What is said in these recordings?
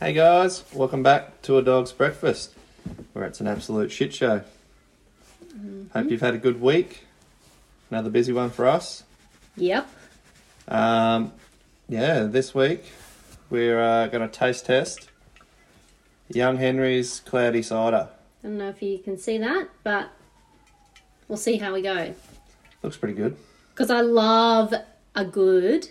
Hey guys, welcome back to A Dog's Breakfast, where it's an absolute shit show. Mm-hmm. Hope you've had a good week. Another busy one for us. Yep. Um, yeah, this week we're uh, going to taste test Young Henry's Cloudy Cider. I don't know if you can see that, but we'll see how we go. Looks pretty good. Because I love a good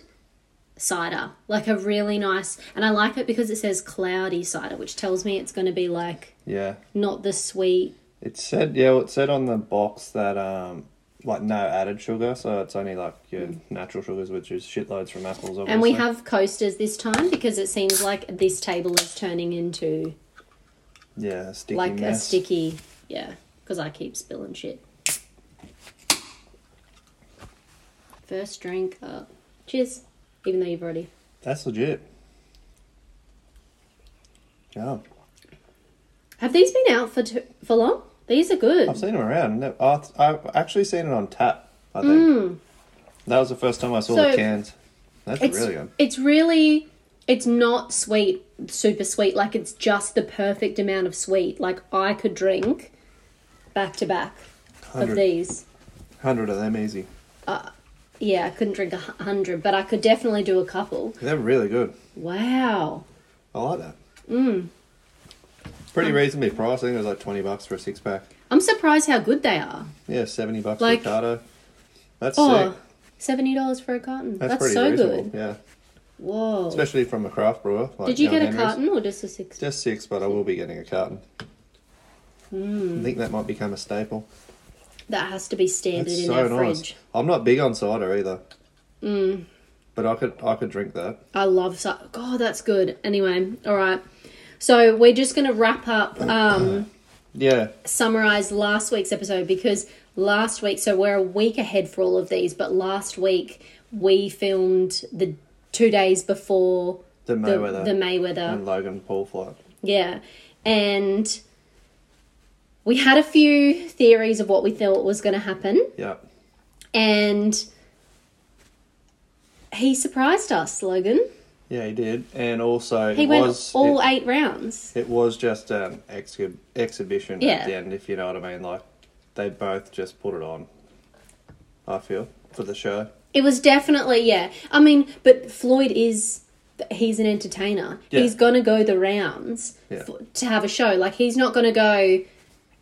cider, like a really nice, and I like it because it says cloudy cider, which tells me it's going to be like Yeah. not the sweet. It said, yeah, well, it said on the box that, um, like, no added sugar, so it's only like your natural sugars, which is shitloads from apples, obviously. Mm. And we have coasters this time because it seems like this table is turning into yeah, a sticky like a mess. sticky, yeah, because I keep spilling shit. First drink up. Cheers. Even though you've already That's legit. Yeah, Have these been out for too, for long? These are good. I've seen them around. No, I- I've actually seen it on tap. I think that was the first time I saw the Mm. So, cans. That's it's really good. it's really it's not sweet, super sweet. Like it's just the perfect amount of sweet. Like I could drink back to back of 100. these. Hundred of them easy. Yeah, I couldn't drink a hu- hundred, but I could definitely do a couple. They're really good. Wow. I like that. Mm. Pretty reasonably priced. I think it was like twenty bucks for a six pack. I'm surprised how good they are. Yeah, seventy bucks Like- for a cardo. That's Oh, sick. seventy dollars for a carton. That's, That's, pretty so reasonable. good. Yeah, Whoa. especially from a craft brewer. Like Did you Young get a Henry's. carton or just a six? Just six, but I will be getting a carton. Hmm. I think that might become a staple. that has to be standard That's in so our nice. fridge. Hmm. I'm not big on cider either. Mm. But I could I could drink that. I love so God, that's good. Anyway, all right. So we're just going to wrap up, um, Yeah. summarize last week's episode because last week, so we're a week ahead for all of these, but last week we filmed the two days before The the Mayweather. Mm. the Mayweather and Logan Paul flight. yeah. And we had a few theories of what we thought was going to happen, Yeah. and he surprised us, Logan. Yeah, he did. And also He it went was all it, eight rounds. it was just an exhi- exhibition Yeah. at the end, if you know what I mean. Like they both just put it on. I feel for the show. It was definitely yeah. I mean, but Floyd is he's an entertainer. Yeah. He's gonna go the rounds Yeah. for, to have a show. Like he's not gonna go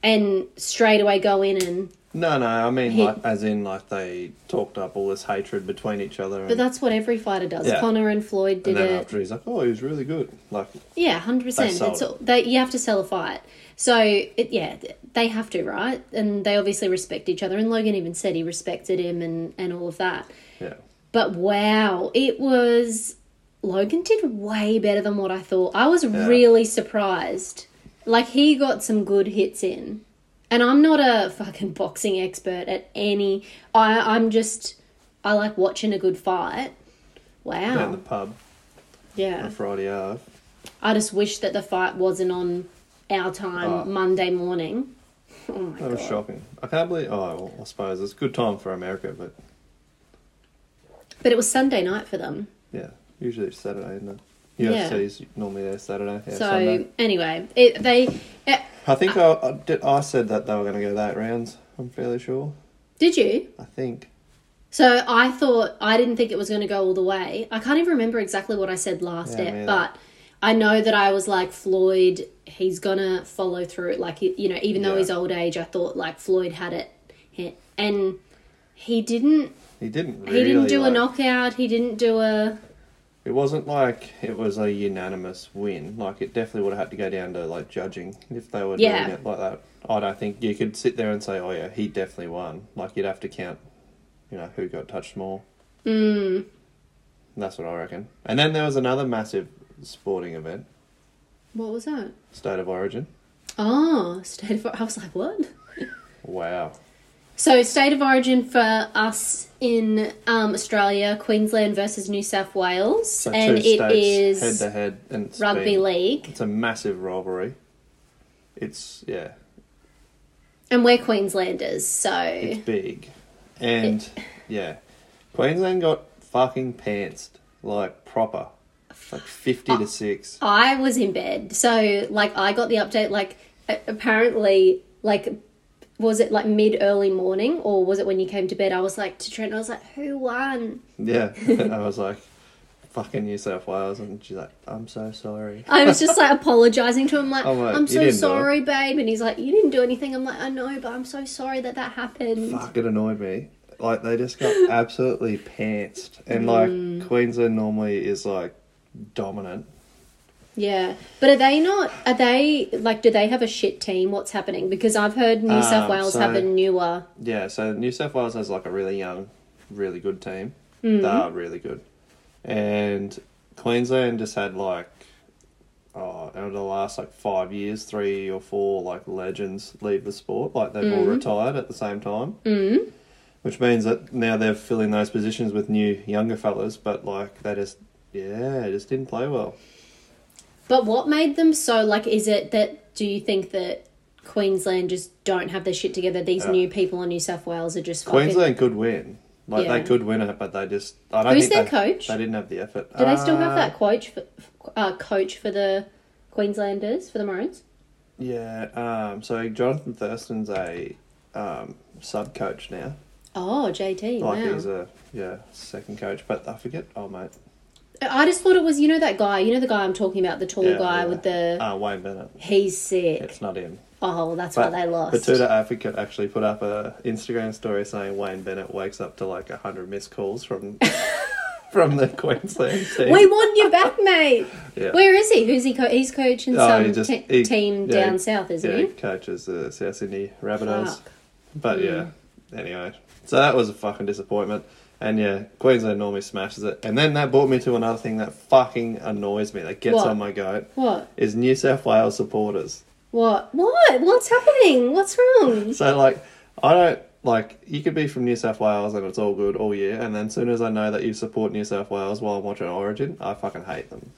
and straight away go in and. No, no, I mean He- like as in like they talked up all this hatred between each other But and, that's what every fighter does. Yeah. Connor and Floyd did and then it. after he's like, Oh, he was really good. Like Yeah, hundred They percent. sold It's it. all, they, you have to sell a fight. So it, yeah, th- they have to, right? And they obviously respect each other. And Logan even said he respected him and and all of that. yeah. But wow, it was Logan did way better than what I thought. I was really surprised. Like he got some good hits in. And I'm not a fucking boxing expert at any I I'm just I like watching a good fight. Down the Wow. pub Yeah. on Friday Ave. I just wish that the fight wasn't on our time Ah. Monday morning. Oh my That god. was shocking. I can't believe. Oh, well, I suppose it's a good time for America, but But it was Sunday night for them. yeah, usually it's Saturday, isn't it? Yeah. UFC's normally there Saturday. Yeah, so Sunday. anyway, it, they eh, I think I, I, did, I said that they were going to go that rounds. I'm fairly sure. did you? I think. So I thought I didn't think it was going to go all the way. I can't even remember exactly what I said last Yeah, step, me either. but I know that I was like Floyd. He's gonna follow through. Like you know, even though Yeah. he's old age, I thought like Floyd had it, and he didn't. He didn't He really. didn't do like- a knockout. He didn't do a. It wasn't like it was a unanimous win. Like, it definitely would have had to go down to, like, judging if they were Yeah. doing it like that. I don't think you could sit there and say, oh, yeah, he definitely won. Like, you'd have to count, you know, who got touched more. Hmm. Mm. That's what I reckon. And then there was another massive sporting event, What was that? State of Origin. Oh, state of. I was like, what? Wow. So, state of origin for us in um, Australia, Queensland versus New South Wales, So and two it states head is to head, and it's rugby been- league. It's a massive rivalry. It's yeah, And we're Queenslanders, so it's big, and yeah, Queensland got fucking pantsed like proper. like 50 to 6. I was in bed. So, like, I got the update, like, a- apparently, like, was it like mid early morning or was it when you came to bed? I was like to Trent, I was like, who won? Yeah. I was like, fucking New South Wales. And she's like, I'm so sorry. I was just like apologizing to him, like, I'm like, I'm "You so didn't do sorry, babe. And he's like, you didn't do anything. I'm like, I know, but I'm so sorry that that happened. Fuck, it annoyed me. Like, they just got absolutely pantsed. And, like, Queensland normally is, like, dominant. Yeah. But are they not, are they, like, do they have a shit team? What's happening? Because I've heard New South Um, Wales so- have a newer. Yeah, so New South Wales has like a really young, really good team. Mm. They are really good. And Queensland just had like, oh, over the last like five years, three or four like legends leave the sport. Like they've Mm. all retired at the same time. Mm. Which means that now they're filling those positions with new younger fellas, but like they just, yeah, just didn't play well. But what made them so, like, is it that, do you think that Queensland just don't have their shit together? These new people in New South Wales are just fucking. Uh, Queensland could win. Like Yeah. they could win it, but they just, I don't Who's think their they, coach? They didn't have the effort. Do they still have Uh, that coach for, uh, coach for the Queenslanders, for the Maroons? Yeah, um, so Jonathan Thurston's a um, sub coach now. Oh, JT. Like wow. he's a yeah second coach, but I forget. Oh mate, I just thought it was, you know, that guy, you know, the guy I'm talking about, the tall yeah, guy yeah. with the. uh, Wayne Bennett. he's sick. It's not him. Oh, well, that's why they lost. Batuta Advocate actually put up a Instagram story saying Wayne Bennett wakes up to like hundred missed calls from from the Queensland team. we want you back, mate. Yeah. Where is he? Who's he? Co- he's coaching Oh, some he just- te- he- team yeah, down south, isn't yeah, he? he coaches the South Sydney Rabbitohs. Fuck. But yeah, anyway, so that was a fucking disappointment. And yeah, Queensland normally smashes it. And then that brought me to another thing that fucking annoys me, that gets What? on my goat, What? is New South Wales supporters. What? What? What's happening? What's wrong? So like, I don't like you could be from New South Wales and it's all good all year, and then as soon as I know that you support New South Wales while I'm watching Origin, I fucking hate them.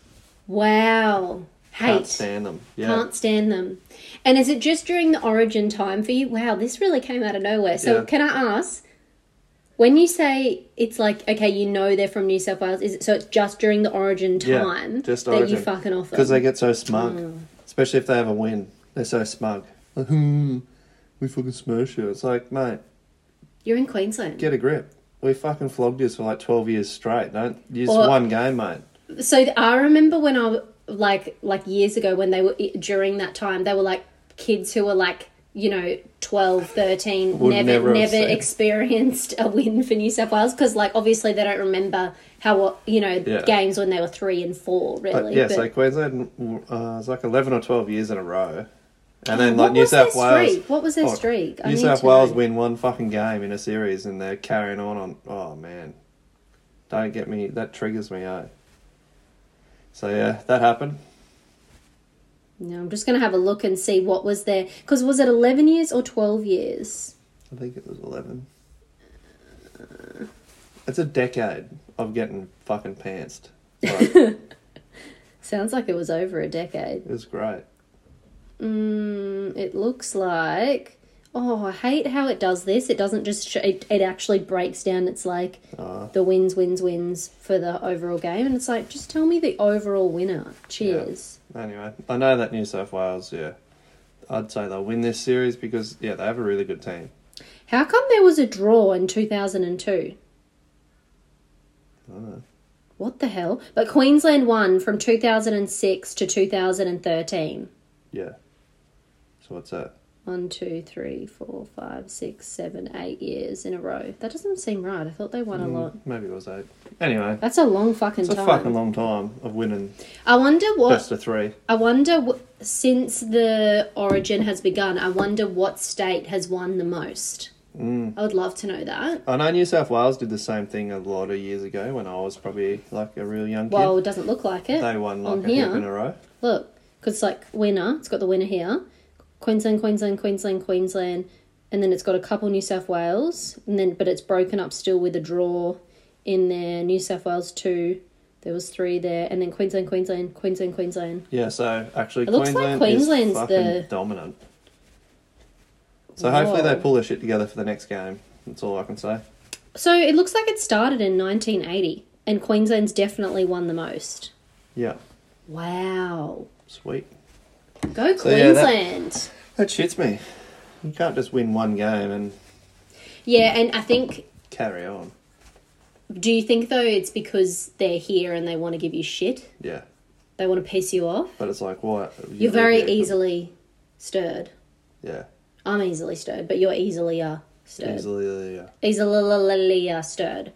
Wow. Hate. Can't stand them. Yeah. Can't stand them. And is it just during the origin time for you? Wow, this really came out of nowhere. So, Yeah. can I ask, when you say it's like, okay, you know they're from New South Wales, is it so it's just during the origin Yeah, time just that you origin. fucking Oh. off Because them? they get so smug, especially if they have a win. They're so smug. Like, hmm, we fucking smash you. It's like, mate, You're in Queensland. get a grip. We fucking flogged you for like twelve years straight. Don't use Or- one game, mate. So th- I remember when I w- like like years ago when they were during that time they were like kids who were like you know 12 13 Would never never never, have seen. experienced a win for New South Wales because like obviously they don't remember how uh, you know Yeah. games when they were 3 and 4 But really yeah, but so Queensland uh, it's like eleven or twelve years in a row, and then Oh, What like New was their South Wales. streak? What was their oh, streak? I New need South to Wales know. win one fucking game in a series, and they're carrying on on. Oh man, don't get me. That triggers me. Oh, so yeah, that happened. no I'm just going to have a look and see what was there cuz was it 11 years or 12 years I think it was 11. It's a decade of getting fucking pantsed. Like, it sounds like it was over a decade was great. Mm, it looks like. Oh, I hate how it does this. It doesn't just. Sh- it, it actually breaks down. It's like Uh, the wins, wins, wins for the overall game. And it's like, just tell me the overall winner. Cheers. anyway, I know that New South Wales, yeah, I'd say they'll win this series because, yeah, they have a really good team. How come there was a draw in 2002? What the hell? But Queensland won from 2006 to 2013. Yeah. So what's that? One, two, three, four, five, six, seven, eight years in a row. That doesn't seem right. I thought they won a lot. Maybe it was eight. Anyway, That's a long fucking it's Mm. a time. fucking long time of winning I wonder what best of three. I wonder wh- since the origin has begun. I wonder what state has won the most. Mm. I would love to know that. I know New South Wales did the same thing a lot of years ago when I was probably like a real young kid. Well, it doesn't look like it. they won on like a here. heap in a row. Look, because it's like winner. It's got the winner here. Queensland, Queensland, Queensland, Queensland, and then it's got a couple New South Wales, and then but it's broken up still with a draw in there. New South Wales two. There was three there, and then Queensland, Queensland, Queensland, Queensland. Yeah, so actually, It looks like Queensland Queensland's is fucking the- dominant. So hopefully Whoa. they pull their shit together for the next game. That's all I can say. So it looks like it started in 1980, and Queensland's definitely won the most. Yeah. Wow. Sweet. Go So, yeah, Queensland. that- That shits me. You can't just win one game and yeah, and I think carry on. do you think though it's because they're here and they want to give you shit? Yeah. They want to piss you off? But it's like, what? You You're live very here. easily stirred. Yeah. I'm easily stirred, but you're easily uh, stirred. Easily, yeah. easily stirred.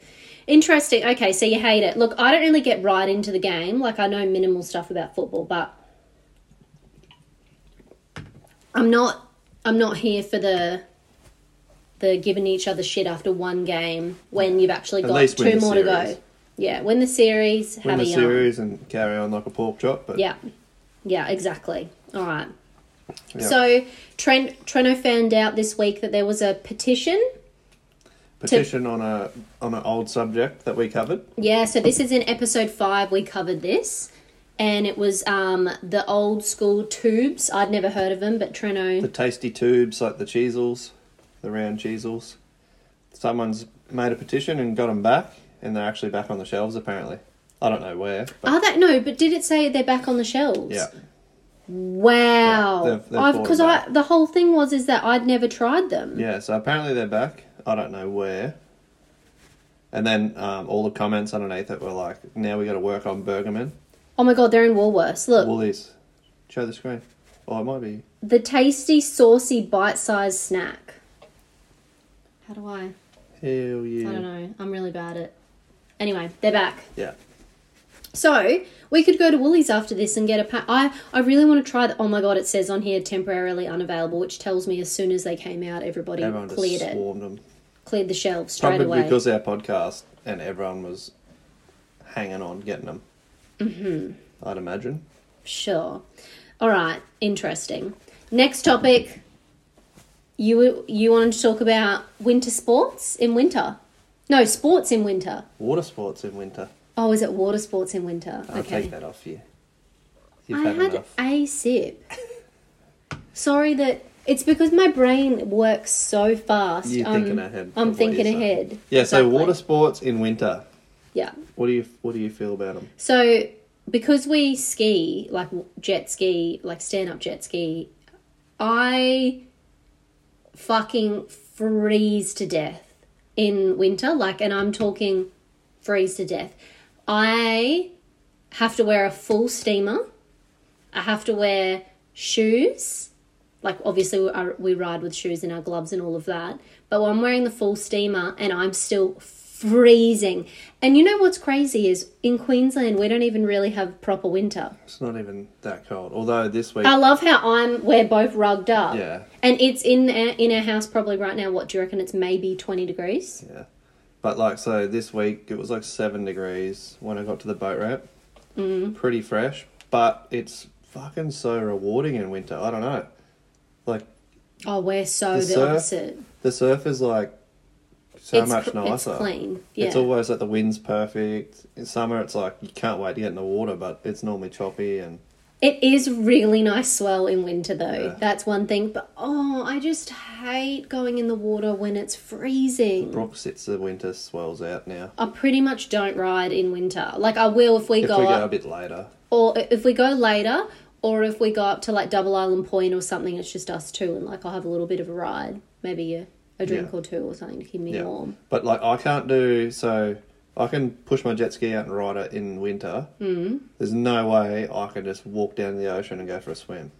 Interesting. Okay, so you hate it. Look, I don't really get right into the game. Like I know minimal stuff about football, but I'm not I'm not here for the the giving each other shit after one game when you've actually At got least win the two more to series. go. Yeah, win the series, Win have the a yarn. series and carry on like a pork chop. But Yeah. Yeah, exactly. All right. Yeah. So Trent Treno found out this week that there was a petition petition on a on an old subject that we covered. Yeah, so this is in episode five. We covered this, and it was um, the old school tubes. I'd never heard of them, but The Treno. tasty tubes, like the cheesels, the round cheesels. Someone's made a petition and got them back, and they're actually back on the shelves apparently. I don't know where. But Are they no? But did it say they're back on the shelves? yeah, Yeah, Wow. they've- they've bought Because them I the whole thing was is that I'd never tried them. yeah. So apparently they're back. I don't know where. And then um, all the comments underneath it were like, "Now we got to work on Bergman." Oh my god, they're in Woolworths. Look, Woolies, show the screen. Oh, it might be. the tasty, saucy, bite-sized snack. How do I? Hell yeah. I don't know. I'm really bad at. Anyway, they're back. Yeah. So we could go to Woolies after this and get a pack. I, I really want to try the. Oh my god, it says on here temporarily unavailable, which tells me as soon as they came out, everybody Everyone just cleared it, swarmed them. cleared the shelves straight Probably away. because our podcast and everyone was hanging on getting them. Mm-hmm. I'd imagine. Sure. All right. Interesting. Next topic. You you wanted to talk about winter sports in winter? No, sports in winter. Water sports in winter. Oh, is it water sports in winter? I'll take that off you. You've I had, had enough. a sip. Sorry that it's because my brain works so fast. You're I'm- thinking ahead um, I'm of what you're thinking saying. ahead. Yeah, so Exactly. water sports in winter. Yeah. What do you what do you feel about them? So because we ski, like jet ski, like stand up jet ski, I fucking freeze to death in winter. Like, and I'm talking freeze to death. I have to wear a full steamer. I have to wear shoes. Like, obviously, we, are, we ride with shoes and our gloves and all of that. But I'm wearing the full steamer and I'm still freezing. And you know what's crazy is in Queensland, we don't even really have proper winter. It's not even that cold. Although this week, I love how I'm we're both rugged up. Yeah. And it's in our, in our house probably right now. What do you reckon? It's maybe twenty degrees. yeah. But like so, this week it was like seven degrees when I got to the boat ramp. Mm. Pretty fresh, but it's fucking so rewarding in winter. I don't know, like Oh, we're so The the, surf, opposite. the surf is like so it's much cl- nicer. It's clean. Yeah. It's always like the wind's perfect. In summer, it's like you can't wait to get in the water, but it's normally choppy and It is really nice swell in winter though. Yeah. That's one thing. But oh, I just hate going in the water when it's freezing. Brooke sits the winter swells out now. I pretty much don't ride in winter. Like I will if we If go we go a up, bit later, or if we go later, or if we go up to like Double Island Point or something. It's just us two, and like I'll have a little bit of a ride, maybe a, a drink Yeah. or two or something to keep me yeah. warm. But like I can't do so. I can push my jet ski out and ride it in winter. Mm. Hmm. There's no way I can just walk down to the ocean and go for a swim.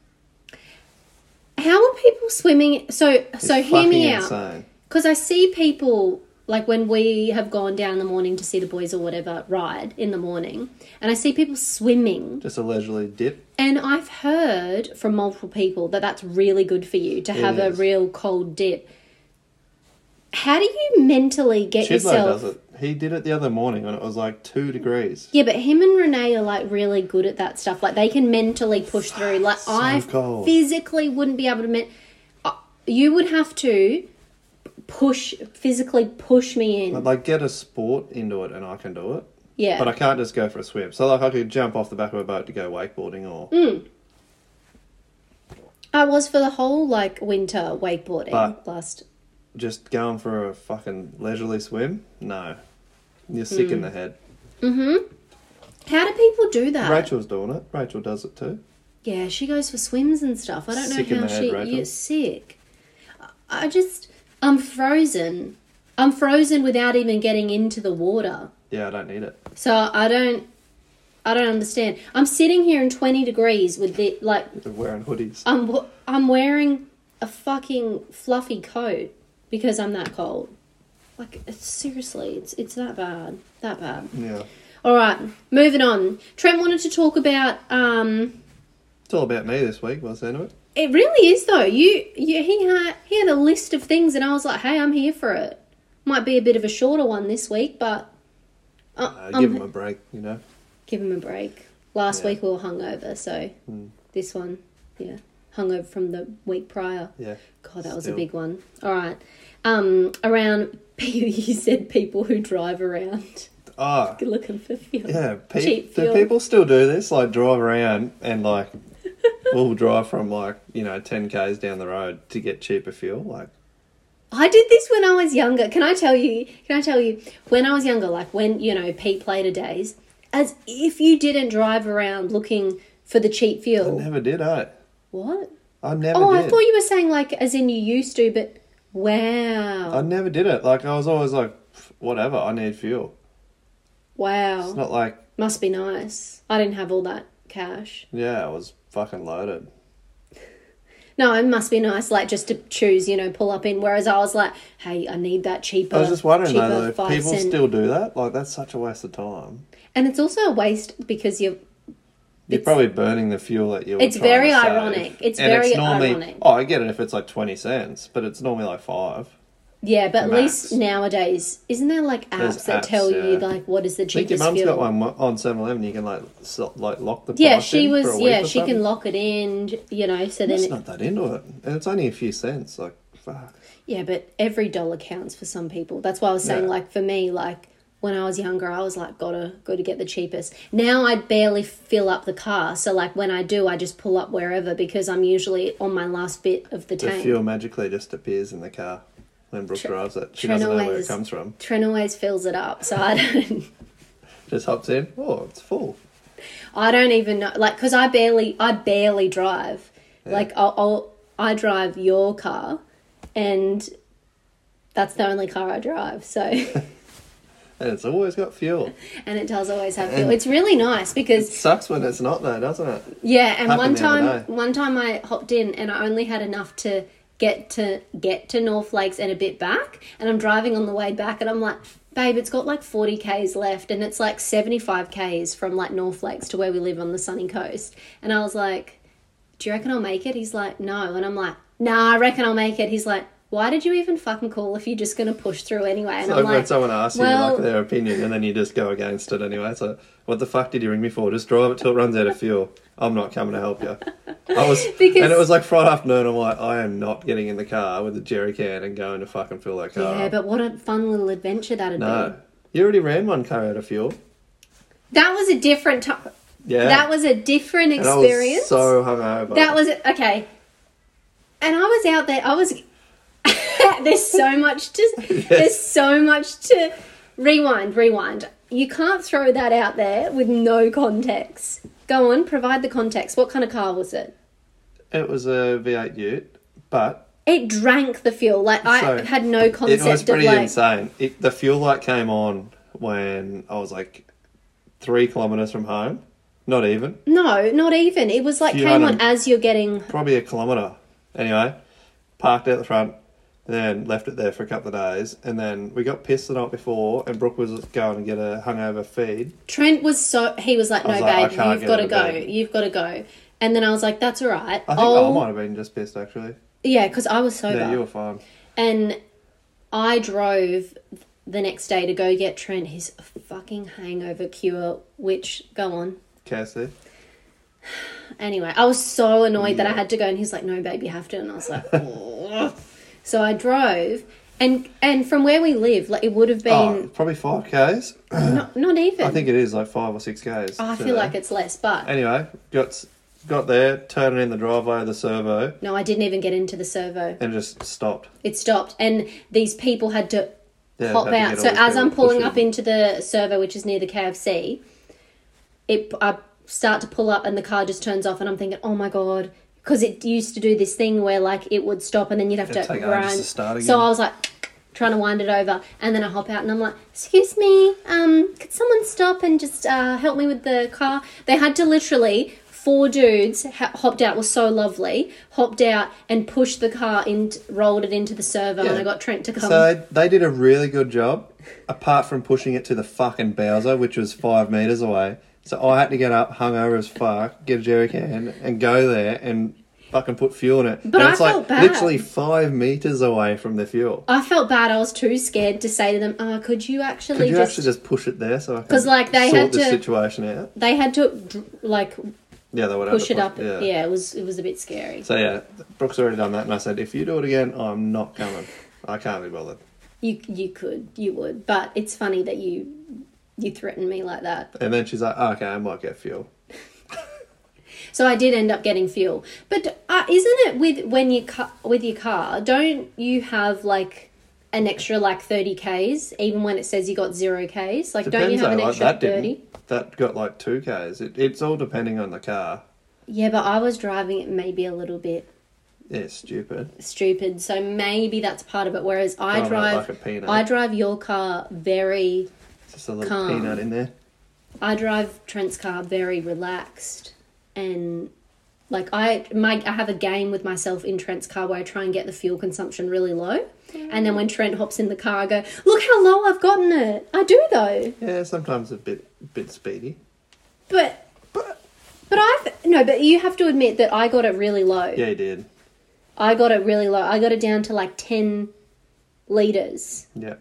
How are people swimming? So It's so hear me fucking out. Insane. Because I see people, like when we have gone down in the morning to see the boys or whatever ride in the morning, and I see people swimming. Just a leisurely dip. And I've heard from multiple people that that's really good for you to have a is. real cold dip. How do you mentally get Chidlow yourself? does it. He did it the other morning when it was like two degrees. Yeah, but him and Renee are like really good at that stuff. Like they can mentally push through. Like So I cold. physically wouldn't be able to. Men- uh, you would have to push physically push me in. Like get a sport into it and I can do it. yeah, But I can't just go for a swim. So like I could jump off the back of a boat to go wakeboarding or Hmm. I was for the whole like winter wakeboarding But- last. just going for a Hmm. fucking leisurely swim. No. You're sick in the head. How do people do that? Rachel's doing it. Rachel does it too. Yeah, she goes for swims and stuff. I don't Sick in know how the head, she Rachel. you're sick. I- I just I'm frozen. I'm frozen without even getting into the water. Yeah, I don't need it. So I don't I don't understand. I'm sitting here in 20 degrees with the like They're wearing hoodies. I'm w- I'm wearing a fucking fluffy coat because I'm that cold. Like it's- seriously, it's it's that bad. That bad. Yeah. All right, moving on. Trent wanted to talk about um It's all about me this week, by the sound of it. It really is though. You, you he had he had a list of things, and I was like, "Hey, I'm here for it." Might be a bit of a shorter one this week, but I- Uh, I'm- give them a break, you know. a break. Last Yeah. Hmm. week we were hungover, so this one, yeah, hungover from the week prior. Yeah. God, that was a Still. big one. All right, um, around you said people who drive around Ah, looking for fuel. yeah. Pe- Cheap do fuel. people still do this? Like drive around and like, we'll drive from like you know ten k's down the road to get cheaper fuel. Like, I did this when I was younger. Can I tell you? Can I tell you? When I was younger, like when, you know, peak later days, as if you didn't drive around looking for the cheap I fuel. never did. I. What? I never. Oh, did. I thought you were saying like as in you used to, but wow. I never did it. Like I was always like, "Pff, whatever. I need fuel. wow. It's not like Must be nice. I didn't have all that cash. yeah, I was fucking loaded. No, it must be nice, like just to choose, you know, pull up in. Whereas I was like, hey, I need that cheaper. I was just wondering cheaper though, though five people cent. still do that. Like that's such a waste of time. And it's also a waste because you're You're It's- probably burning the fuel that you. Were It's trying very to save. ironic. It's very normally, ironic. Oh, I get it if it's like twenty cents, but it's normally like five. Yeah, but at Max. least nowadays, isn't there like apps There's that apps, tell you yeah. like what is the I think your cheapest mum's fuel? got one on 7-Eleven. You can like so, like lock the price Yeah, she in for was. a week Yeah, or she something. can lock it in. You know, so then It's it, not that into it, and it's only a few cents. Like fuck. yeah, but every dollar counts for some people. That's why I was saying, Yeah. like for me, like when I was younger, I was like, gotta go to get the cheapest. Now I barely fill up the car, so like when I do, I just pull up wherever because I'm usually on my last bit of the The tank. fuel magically just appears in the car when Brooke drives it. She Trent doesn't know where always- it comes from. Trent always fills it up, so I don't. Just hops in. Oh, it's full. I don't even know, like, because I barely, I barely drive. Like, I'll, I'll, I drive your car, and that's the only car I drive. So, and And it's always got fuel. it does always have fuel. It's really nice because, Sucks when it's not though, doesn't it? yeah. And happened one the other time, day. one time I hopped in, and I only had enough to get to get to North Lakes and a bit back. And I'm driving on the way back, and I'm like. Babe, it's got like 40 Ks left, and it's like 75 Ks from like North Lakes to where we live on the sunny coast. And I was like, do you reckon I'll make it? He's like, no. And I'm like, nah, I reckon I'll make it. He's like, why did you even fucking call if you're just going to push through anyway? And Like, I'm when like, someone asks you well- like their opinion and then you just go against it anyway. It's like, what the fuck did you ring me for? Just drive it till it runs out of fuel. I'm not coming to help you. I was, Because- and it was like Friday afternoon. I'm like, I am not getting in the car with a jerry can and going to fucking fill that car. yeah, up. but what a fun little adventure that'd no, be. you already ran one car out of fuel. That was a different time. Yeah, That was a different And I was experience. so hungover. that was okay. And I was out there. I was. there's so much to. There's so much to rewind. Rewind. You can't throw that out there with no context. Go on. Provide the context. What kind of car was it? it was a V8 Ute, but It drank the fuel. Like I So, had no it concept was of pretty like. insane. It, the fuel light came on when I was like three kilometers from home, not even, No, not even. It was like Few came on hundred- as you're getting. probably a kilometer. Anyway, parked out the front, then left it there for a couple of days, and then we got pissed the night before, and Brooke was going to get a hungover feed. Trent was so he was like, no, was like, I babe, can't you've get got to out go. of bed." You've got to go. And then I was like, that's all right. I think I oh, might have been just pissed actually. yeah, because I was sober. Yeah, you were fine. And I drove the next day to go get Trent his fucking hangover cure, which, go on. KFC. Anyway, I was so annoyed that I had to go, and he's like, "No, babe, you have to," and I was like, "Ugh." "So I drove, and and from where we live, like it would have Oh, been probably five k's. not, not even. I think it is like five or six k's. Oh, I feel like it's less, but Anyway, got s- got there, turning in the driveway of the servo, no, I didn't even get into the servo. and just stopped. It stopped, and these people had to Yeah, pop had to out. get So all these as I'm people pulling pushing. up into the servo, which is near the KFC, it I start to pull up and the car just turns off and I'm thinking, oh my god, because it used to do this thing where like it would stop and then you'd have It'd to take ages grind. to start So again. I was like trying to wind it over and then I hop out and I'm like, excuse me, um, could someone stop and just uh, help me with the car? They had to literally. Four dudes ha- hopped out, was so lovely. Hopped out and pushed the car in, rolled it into the servo, and Yeah. I got Trent to come. So they did a really good job, apart from pushing it to the fucking Bowser, which was five meters away. So I had to get up, hungover as fuck, get a jerry can, and go there and fucking put fuel in it. But and I it's felt like bad. literally five meters away from the fuel. I felt bad. I was too scared to say to them, uh, "Could you actually Could you just?" actually just push it there so I can 'Cause, like, they sort had the to- situation out? They had to dr- like Yeah, they would have push to it up. Yeah. it was it was a bit scary. So yeah, Brooks already done that, and I said, if you do it again, I'm not coming. I can't be bothered. You you could you would, but it's funny that you you threatened me like that. And then she's like, okay, I might get fuel. So I did end up getting fuel. But uh, isn't it with when you ca- with your car? Don't you have like an extra like thirty k's even when it says you got zero k's? Like don't you have an though, like, extra thirty? That got like two k's. It, it's all depending on the car. Yeah, but I was driving it maybe a little bit Yeah, stupid. stupid. So maybe that's part of it. Whereas I Drive it drive, like a peanut. I drive your car very. Just a little Calm. peanut in there. I drive Trent's car very relaxed, and like I my I have a game with myself in Trent's car where I try and get the fuel consumption really low, and then when Trent hops in the car, I go, "Look how low I've gotten it." I do though, Yeah, sometimes a bit bit speedy. but But but I no, but you have to admit that I got it really low. yeah, he did. I got it really low. I got it down to like ten liters. Yeah,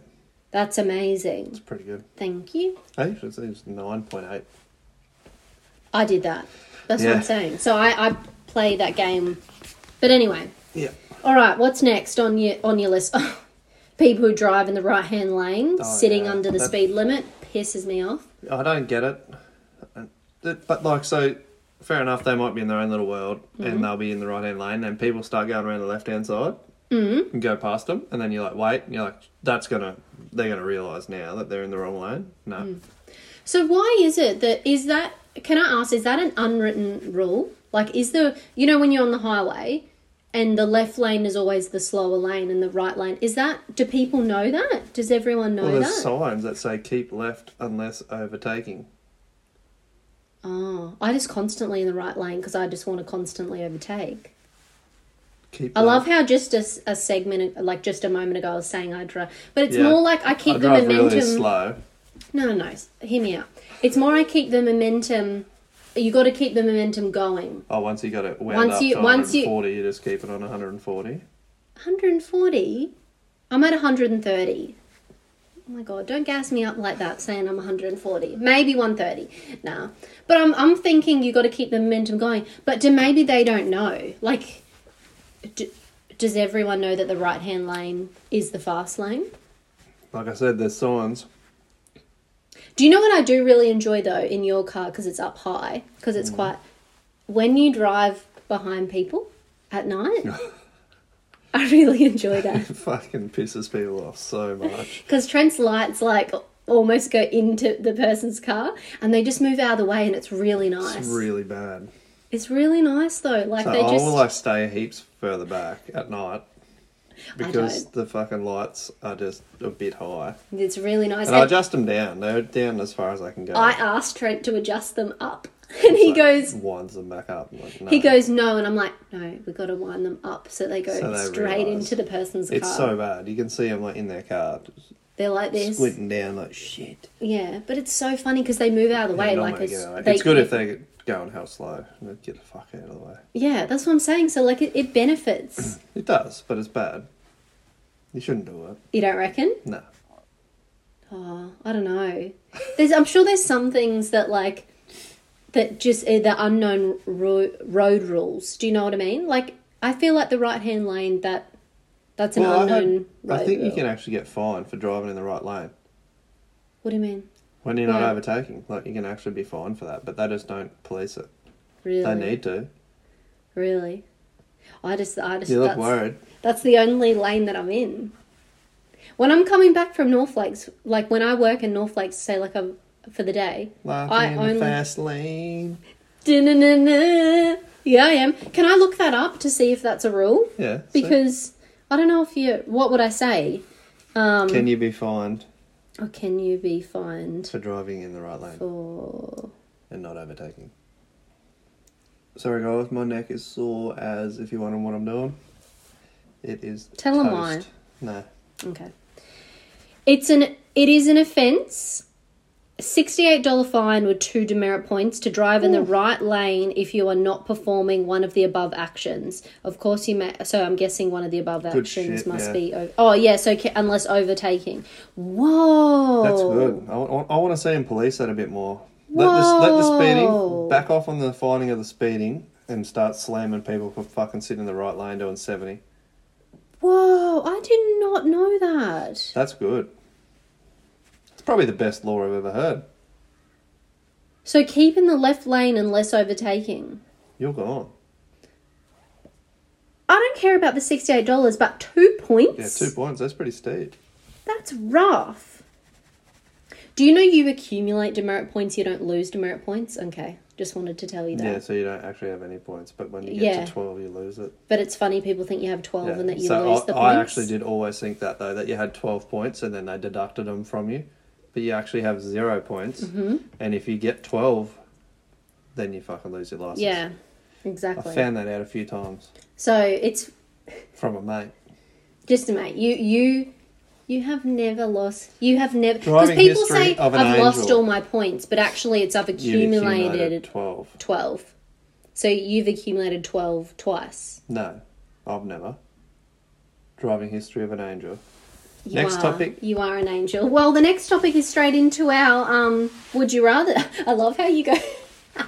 That's amazing. it's pretty good. Thank you. I think it was, it was nine point eight. I did that. That's what Yeah. I'm saying. So I, I play that game. But anyway, Yeah. all right. What's next on your on your list? People who drive in the right hand lane, Oh, sitting yeah. under the That- speed limit, pisses me off. I don't get it. Uh, It- But like, so fair enough. They might be in their own little world, Mm-hmm. and they'll be in the right hand lane, and people start going around the left hand side Mm-hmm. and go past them, and then you're like, wait, and you're like, that's gonna, they're gonna realise now that they're in the wrong lane. No, Mm. So why is it that is that? Can I ask? Is that an unwritten rule? Like, is the you know when you're on the highway and the left lane is always the slower lane and the right lane is that? Do people know that? Does everyone know well, there's that? signs that say keep left unless overtaking. oh, I just constantly in the right lane because I just want to constantly overtake. Keep. I left. love how just a, s- a segment, like just a moment ago, I was saying I drive, but it's Yeah. more like I keep I the drive momentum. really slow. No, no, no. s- Hear me out. It's more I keep the momentum. You got to keep the momentum going. Oh, once you got it wound Once up you- to once you- 140, you... just keep it on 140. 140. I'm at 130. Oh my god! Don't gas me up like that, saying I'm 140, maybe 130. Nah, but I'm I'm thinking you got to keep the momentum going. But do maybe they don't know? Like, d does everyone know that the right hand lane is the fast lane? Like I said, there's signs. Do you know what I do really enjoy though in your car because it's up high because Mm. it's quite when you drive behind people at night. I really enjoy that It fucking pisses people off so much. because Trent's lights like almost go into the person's car and they just move out of the way and it's really nice. It's It's, really bad. really nice though. Like So they I just will like stay heaps further back at night because don't. the fucking lights are just a bit high, it's really nice. and I And adjust them down. They're down as far as I can go. I asked Trent to adjust them up and he Like, goes winds them back up. I'm like, no. he goes no and I'm like no we got to wind them up so they go So they straight realise. into the person's It's car. so bad. You can see them like in their car, just They're like this. squinting down like shit. Yeah, but it's so funny because they move out of the way. Yeah, like normally it's, go away. they- it's good if they go and hell slow and they get the fuck out of the way. Yeah, that's what I'm saying. So like it, it benefits. It does, but it's bad. You shouldn't do it. you don't reckon? No. Oh, I don't know. There's, I'm sure there's some things that like that just are the unknown ro- road rules. Do you know what I mean? Like I feel like the right hand lane that that's an Well, I, unknown had- road. I think you rule. can actually get fined for driving in the right lane What do you mean? when you're not Right. overtaking. Like you can actually be fined for that, but they just don't police it. Really? They need to. Really? I just, I just. You look that's- worried. That's the only lane that I'm in. When I'm coming back from North Lakes, like when I work in North Lakes, say like I'm for the day. Life I in only- the fast lane. Da-na-na-na. Yeah, I am. Can I look that up to see if that's a rule? Yeah. see? Because I don't know if you. What would I say? Um, can you be fined or can you be fined for driving in the right lane for? and not overtaking? Sorry, guys, my neck is sore as if you're wondering what I'm doing. It is. Tell 'em toast. No. Okay. It's an. It is an offence. Sixty-eight dollar fine with two demerit points to drive in the right lane if you are not performing one of the above actions. Of course, you may. So I'm guessing one of the above actions shit, must yeah. be. o oh yeah. So ca- unless overtaking. Whoa. That's good. I, want to see him police that a bit more. Let the, let the Whoa. speeding back off on the finding of the speeding and start slamming people for fucking sitting in the right lane doing 70. Whoa, I did not know that. That's good. It's probably the best law I've ever heard. So keep in the left lane unless overtaking. You're gone. I don't care about the $68, but two points? Yeah, two points. That's pretty steep. That's rough. Do you know you accumulate demerit points, you don't lose demerit points? Okay, just wanted to tell you that. Yeah, so you don't actually have any points, but when you get Yeah. to 12, you lose it. But it's funny, people think you have 12 Yeah. and that you so lose I, the points. I actually did always think that, though, that you had 12 points and then they deducted them from you, but you actually have zero points. Mm-hmm. And if you get 12, then you fucking lose your license. Yeah, I exactly. found that out a few times so it's from a mate. just a mate. You, you, you have never lost. You have never. Because Driving people history say, of I've an lost angel." all my points, but actually it's I've You accumulated, 12. 12. So you've accumulated 12 twice. No, I've never. Driving history of an angel. You Next are, topic. You are an angel. Well, the next topic is straight into our um, would you rather. I love how you go.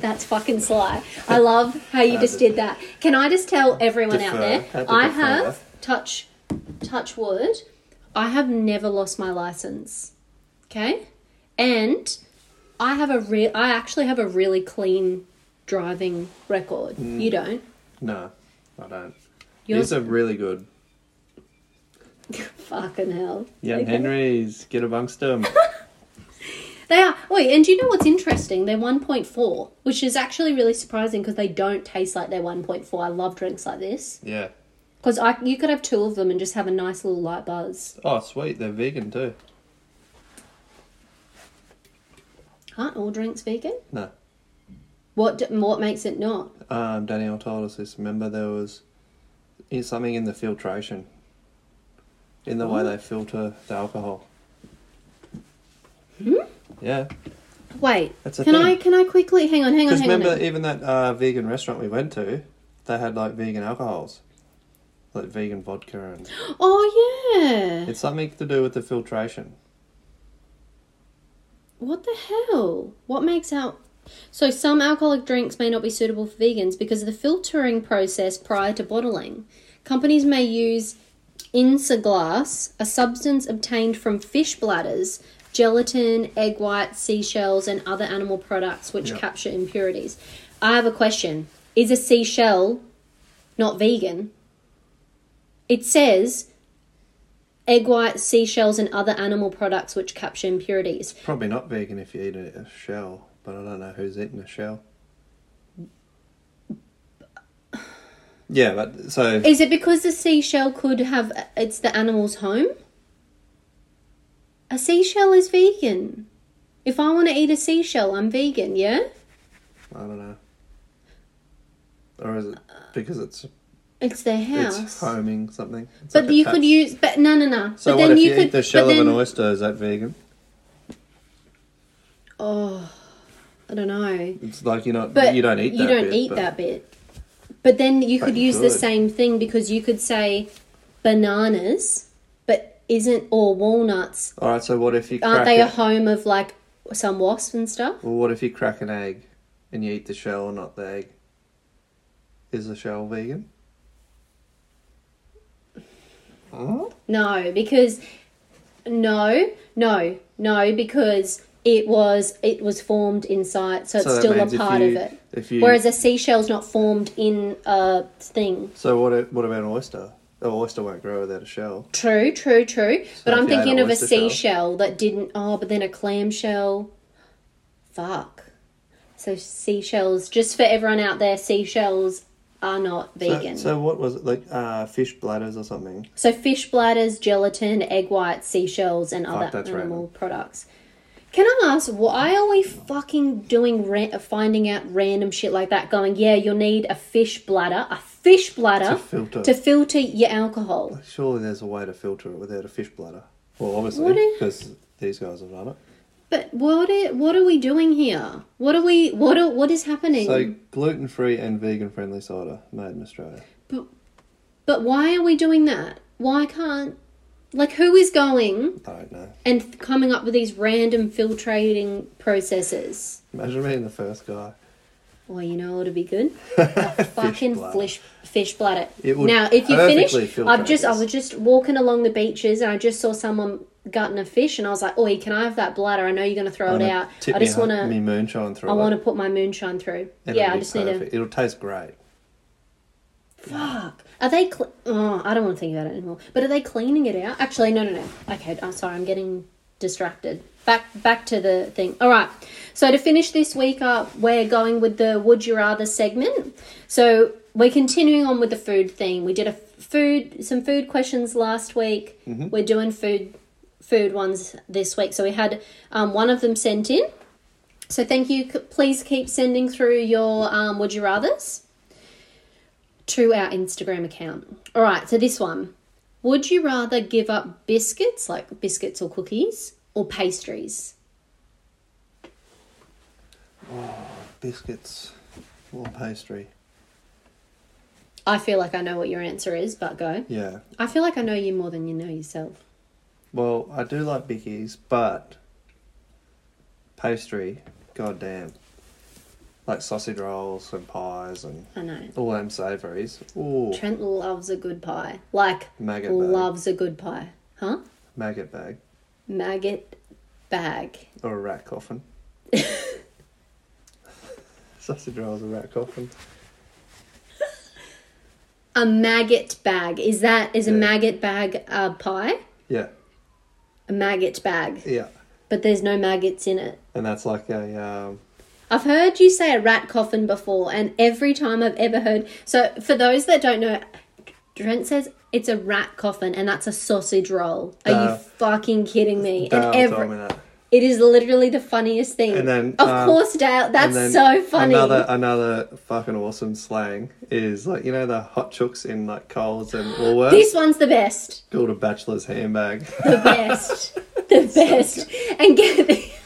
That's fucking sly. I love how you just did that. Can I just tell everyone out Defer. there? Had to I defer. have touch touch wood. I have never lost my license. Okay? And I have a real I actually have a really clean driving record. Mm. You don't. No, I don't. Yours- These are really good. Fucking hell. Yeah, Okay. Henry's get amongst them. They are. Wait, and do you know what's interesting? They're 1.4, which is actually really surprising because they don't taste like they're 1.4. I love drinks like this yeah. because I you could have two of them and just have a nice little light buzz. Oh, sweet. They're vegan too. Aren't all drinks vegan? No. What d- what makes it not? Um, Danielle told us this. Remember, there was in- something in the filtration, in the way they filter the alcohol. Hmm? Yeah. Wait, That's a can I thing. can I quickly hang on, hang on, Because hang on. remember, even that uh, vegan restaurant we went to, they had like vegan alcohols, like vegan vodka, and Oh yeah. it's something to do with the filtration. What the hell? What makes out? So some alcoholic drinks may not be suitable for vegans because of the filtering process prior to bottling. Companies may use insaglass, a substance obtained from fish bladders, gelatin, egg whites, seashells, and other animal products which Yeah. capture impurities. I have a question: Is a seashell not vegan? It says egg whites, seashells, and other animal products which capture impurities. Probably not vegan if you eat a, a shell, but I don't know who's eating a shell. Yeah, but so Is it because the seashell could have it's the animal's home? A seashell is vegan. If I want to eat a seashell, I'm vegan, yeah? I don't know. Or is it because it's Uh, It's their house. it's homing something? It's But like a you tax. could use but no no no. So but what if you, could eat the shell but of then- an oyster? Is that vegan? Oh I don't know. It's like you're not But you don't eat you that don't bit, eat but- that bit. But then you But could you use the could. same thing because you could say bananas but isn't or walnuts All right. So what if you aren't crack they a it? home of like some wasps and stuff? Well, what if you crack an egg and you eat the shell, not the egg? Is the shell vegan? Huh? No, because no, no, no, because it was it was formed inside, so it's So that still a means if part you- of it. if you- Whereas a seashell's not formed in a thing. So what? a- What about an oyster? A oyster won't grow without a shell. True, true, true. but if I'm you had thinking an of a oyster shell- seashell that didn't. Oh, but then a clamshell. Fuck. So seashells, just for everyone out there, seashells are not So, vegan. So, so what was it like? Uh, fish bladders or something? fish bladders, gelatin, egg whites, seashells, and other that's animal random. products. Can I ask why are we fucking doing ra- finding out random shit like that? Going, yeah, you'll need a fish bladder, a fish bladder filter. to filter your alcohol. Surely there's a way to filter it without a fish bladder. Well, obviously, What if- because these guys have done it. But what are, what are we doing here? What are we what are, what is happening? So gluten free and vegan friendly cider made in Australia. but why are we doing that? Why can't like who is going I don't know. and th- coming up with these random filtrating processes? Imagine being the first guy. Well, you know it'll be good. A fucking bladder. fish fish bladder. It would now, if you perfectly finish, filtrate I've just I this. was just walking along the beaches and I just saw someone gutting a fish and I was like, "Oi, can I have that bladder? I know you're going to throw it Wanna out. tip I me just hu- want to me moonshine through. I it. want to put my moonshine through. It'll yeah, I be just need to perfect. It'll taste great. Fuck. Are they? Cle- oh, I don't want to think about it anymore. But are they cleaning it out? Actually, no, no, no. Okay, I'm sorry. I'm getting distracted. Back, back to the thing. All right. So to finish this week up, we're going with the Would You Rather segment. So we're continuing on with the food theme. We did a food, some food questions last week. We're doing food, food ones this week. So we had um, one of them sent in. So thank you. C- Please keep sending through your um, Would You Rather's to our Instagram account. All right, so this one. Would you rather give up biscuits, like biscuits or cookies, or pastries? Biscuits or pastry. I feel like I know what your answer is, but go. Yeah. I feel like I know you more than you know yourself. Well, I do like bickies, but pastry, goddamn. Like sausage rolls and pies and I know. all them savouries. Ooh, Trent loves a good pie. Like, Maggot bag. loves a good pie. Huh? maggot bag Maggot bag. or a rat coffin. sausage rolls and rat coffin. A maggot bag. Is that, is a Yeah. maggot bag a pie? Yeah, A maggot bag. yeah. But there's no maggots in it. And that's like a, um, I've heard you say a rat coffin before, and every time I've ever heard. So, for those that don't know, Trent says it's a rat coffin, and that's a sausage roll. Are you Dale- fucking kidding me? Dale and told me every, that. it is literally the funniest thing. And then, of um, course, Dale, And that's then so funny. Another uh, another fucking awesome slang is like you know the hot chooks in like Coles and Woolworths this one's the best, called a bachelor's handbag. the best, the best. And get this.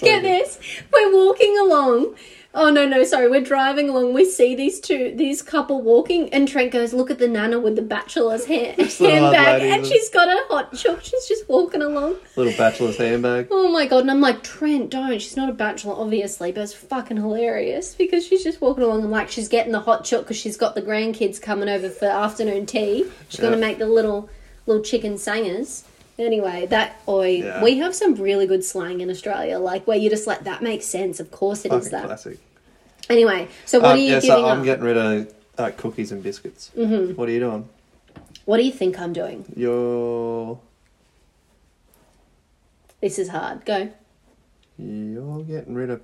Get this. We're walking along. Oh no no sorry we're driving along we see these two these couple walking and Trent goes look at the nana with the bachelor's hand, little old handbag lady. and she's got a hot chook she's just walking along Little bachelor's handbag. oh my god and I'm like Trent don't she's not a bachelor obviously but it's fucking hilarious because she's just walking along and like she's getting the hot chook because she's got the grandkids coming over for afternoon tea she's gonna Yeah. make the little little chicken sangers anyway that oi Yeah. we have some really good slang in Australia like where you're just like that makes sense of course it is Fucking that. classic. Anyway, so what Um, are you yeah, giving so I'm up? getting rid of uh, cookies and biscuits. Mm-hmm. What are you doing? What do you think I'm doing? You're This is hard. Go. you're getting rid of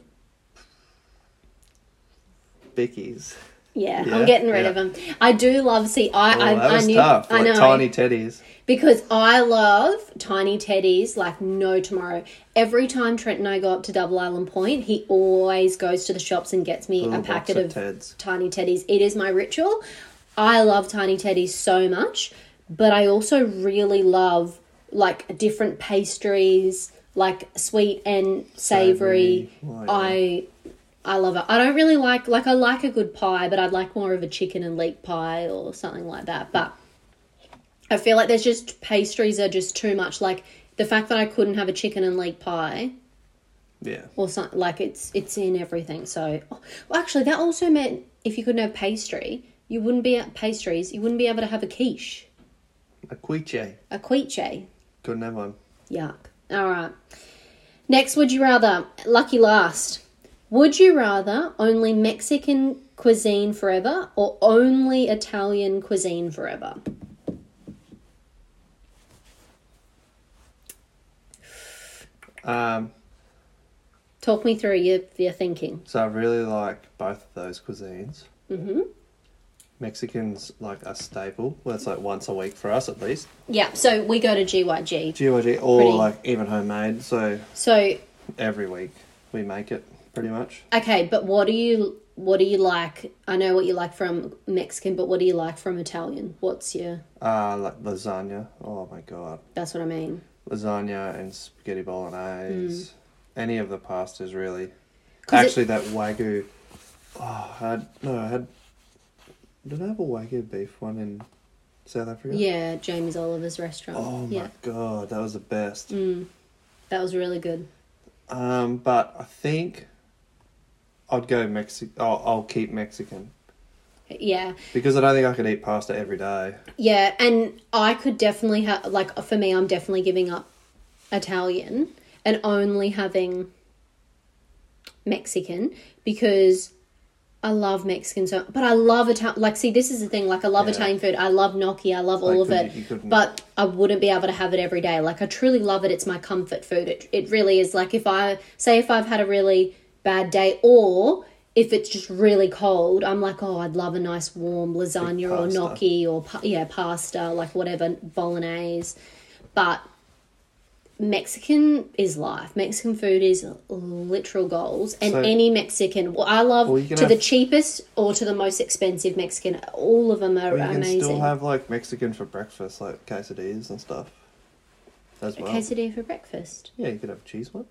bickies. Yeah, Yeah, I'm getting rid yeah. of them. I do love. See, I, Oh, I, that I was knew, tough. I Like know, tiny teddies. because I love tiny teddies like no tomorrow. Every time Trent and I go up to Double Island Point, he always goes to the shops and gets me Little a box packet of of Teds. tiny teddies. It is my ritual. I love tiny teddies so much, but I also really love like different pastries, like sweet and Savory, savory. like- I I love it. I don't really like like I like a good pie, but I'd like more of a chicken and leek pie or something like that. But I feel like there's just pastries are just too much. Like the fact that I couldn't have a chicken and leek pie Yeah. or something like it's it's in everything. So oh, well, actually, that also meant if you couldn't have pastry, you wouldn't be at pastries. You wouldn't be able to have a quiche, A quiche. a quiche. Couldn't have one. Yuck. All right. Next, would you rather? Lucky last. Would you rather only Mexican cuisine forever or only Italian cuisine forever? Um, Talk me through your, your thinking. so I really like both of those cuisines. hmm Mexicans like a staple. Well, it's like once a week for us at least. Yeah, so we go to GYG. GYG or Pretty. like even homemade. So So every week we make it pretty much. okay, but what do you what do you like? I know what you like from Mexican, but what do you like from Italian? What's your Uh, like lasagna. Oh my god, that's what I mean. lasagna and spaghetti bolognese. Any of the pastas really. Hmm. 'Cause it- Actually, that wagyu. Oh, I had no. I had. Did I have a wagyu beef one in South Africa? Yeah, James Oliver's restaurant. Oh my yeah. Hmm. god, that was the best. That was really good. Um, but I think I'd go Mexican. I'll, I'll keep Mexican Yeah. because I don't think I could eat pasta every day. Yeah, and I could definitely have like for me I'm definitely giving up Italian and only having Mexican because I love Mexican so but I love Italian like see this is the thing like I love Yeah. Italian food I love gnocchi I love Like, all of couldn't- it you couldn't- but I wouldn't be able to have it every day like I truly love it it's my comfort food it it really is like if I say if I've had a really bad day or if it's just really cold I'm like oh I'd love a nice warm lasagna or pasta. gnocchi gnocchi or pa- yeah pasta like whatever bolognese but mexican is life mexican food is literal goals and So- any mexican well, i love Well, you can to the have- cheapest or to the most expensive mexican all of them But are you can Oh, amazing still have like Mexican for breakfast, like quesadillas and stuff, as a well. quesadilla for breakfast Yeah, you could have a cheese one,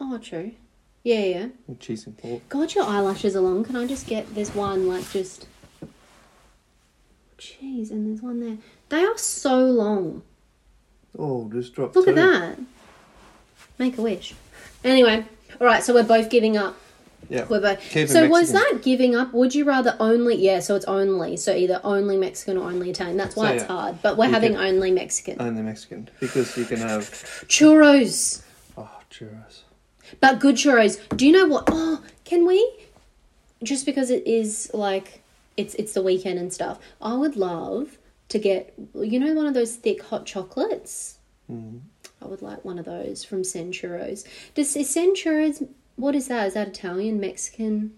oh true yeah yeah And cheese and pork. god your eyelashes are long can i just get there's one like just jeez and there's one there they are so long Oh, just drop. Look at two. that. Make a wish. Anyway, all right. So we're both giving up. Yeah. We're both. Keep it so was Mexican. that giving up? Would you rather only? Yeah. So it's only. So either only Mexican or only Italian. That's why So, it's yeah. hard. But we're You having could- Uh, only Mexican Only Mexican because you can have churros, oh churros. but good churros. Do you know what? Oh, can we? Just because it is like it's it's the weekend and stuff. I would love to get you know one of those thick hot chocolates. Hmm. I would like one of those from Centuros. Does is Centuros what is that? Is that Italian, Mexican?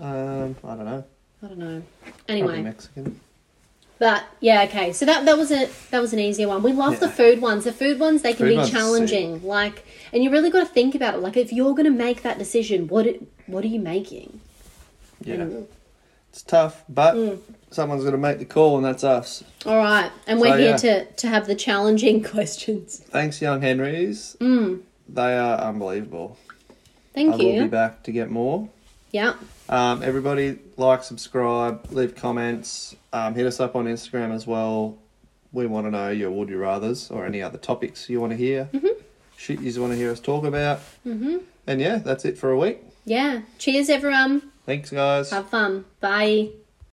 Um, I don't know. I don't know. Probably Anyway, Mexican. but yeah, okay. So that that was a that was an easier one. We love the Yeah. food ones. The food ones they can Food be ones, challenging. Like, and you really got to think about it. Like, if you're going to make that decision, what it, what are you making? Yeah, Mm. it's tough, but someone's gonna make the call, and that's us. All right, and we're So, here yeah. to to have the challenging questions. Thanks, Young Henrys. Mm. They are unbelievable. Thank I will be you. back to get more. Yeah, Um, everybody, like, subscribe, leave comments, um, hit us up on Instagram as well. We want to know your would you rather's or any other topics you want to hear, shit you want to hear us talk about. Mm-hmm. And yeah, that's it for a week. yeah. Cheers, everyone. Thanks, guys. Have fun. Bye.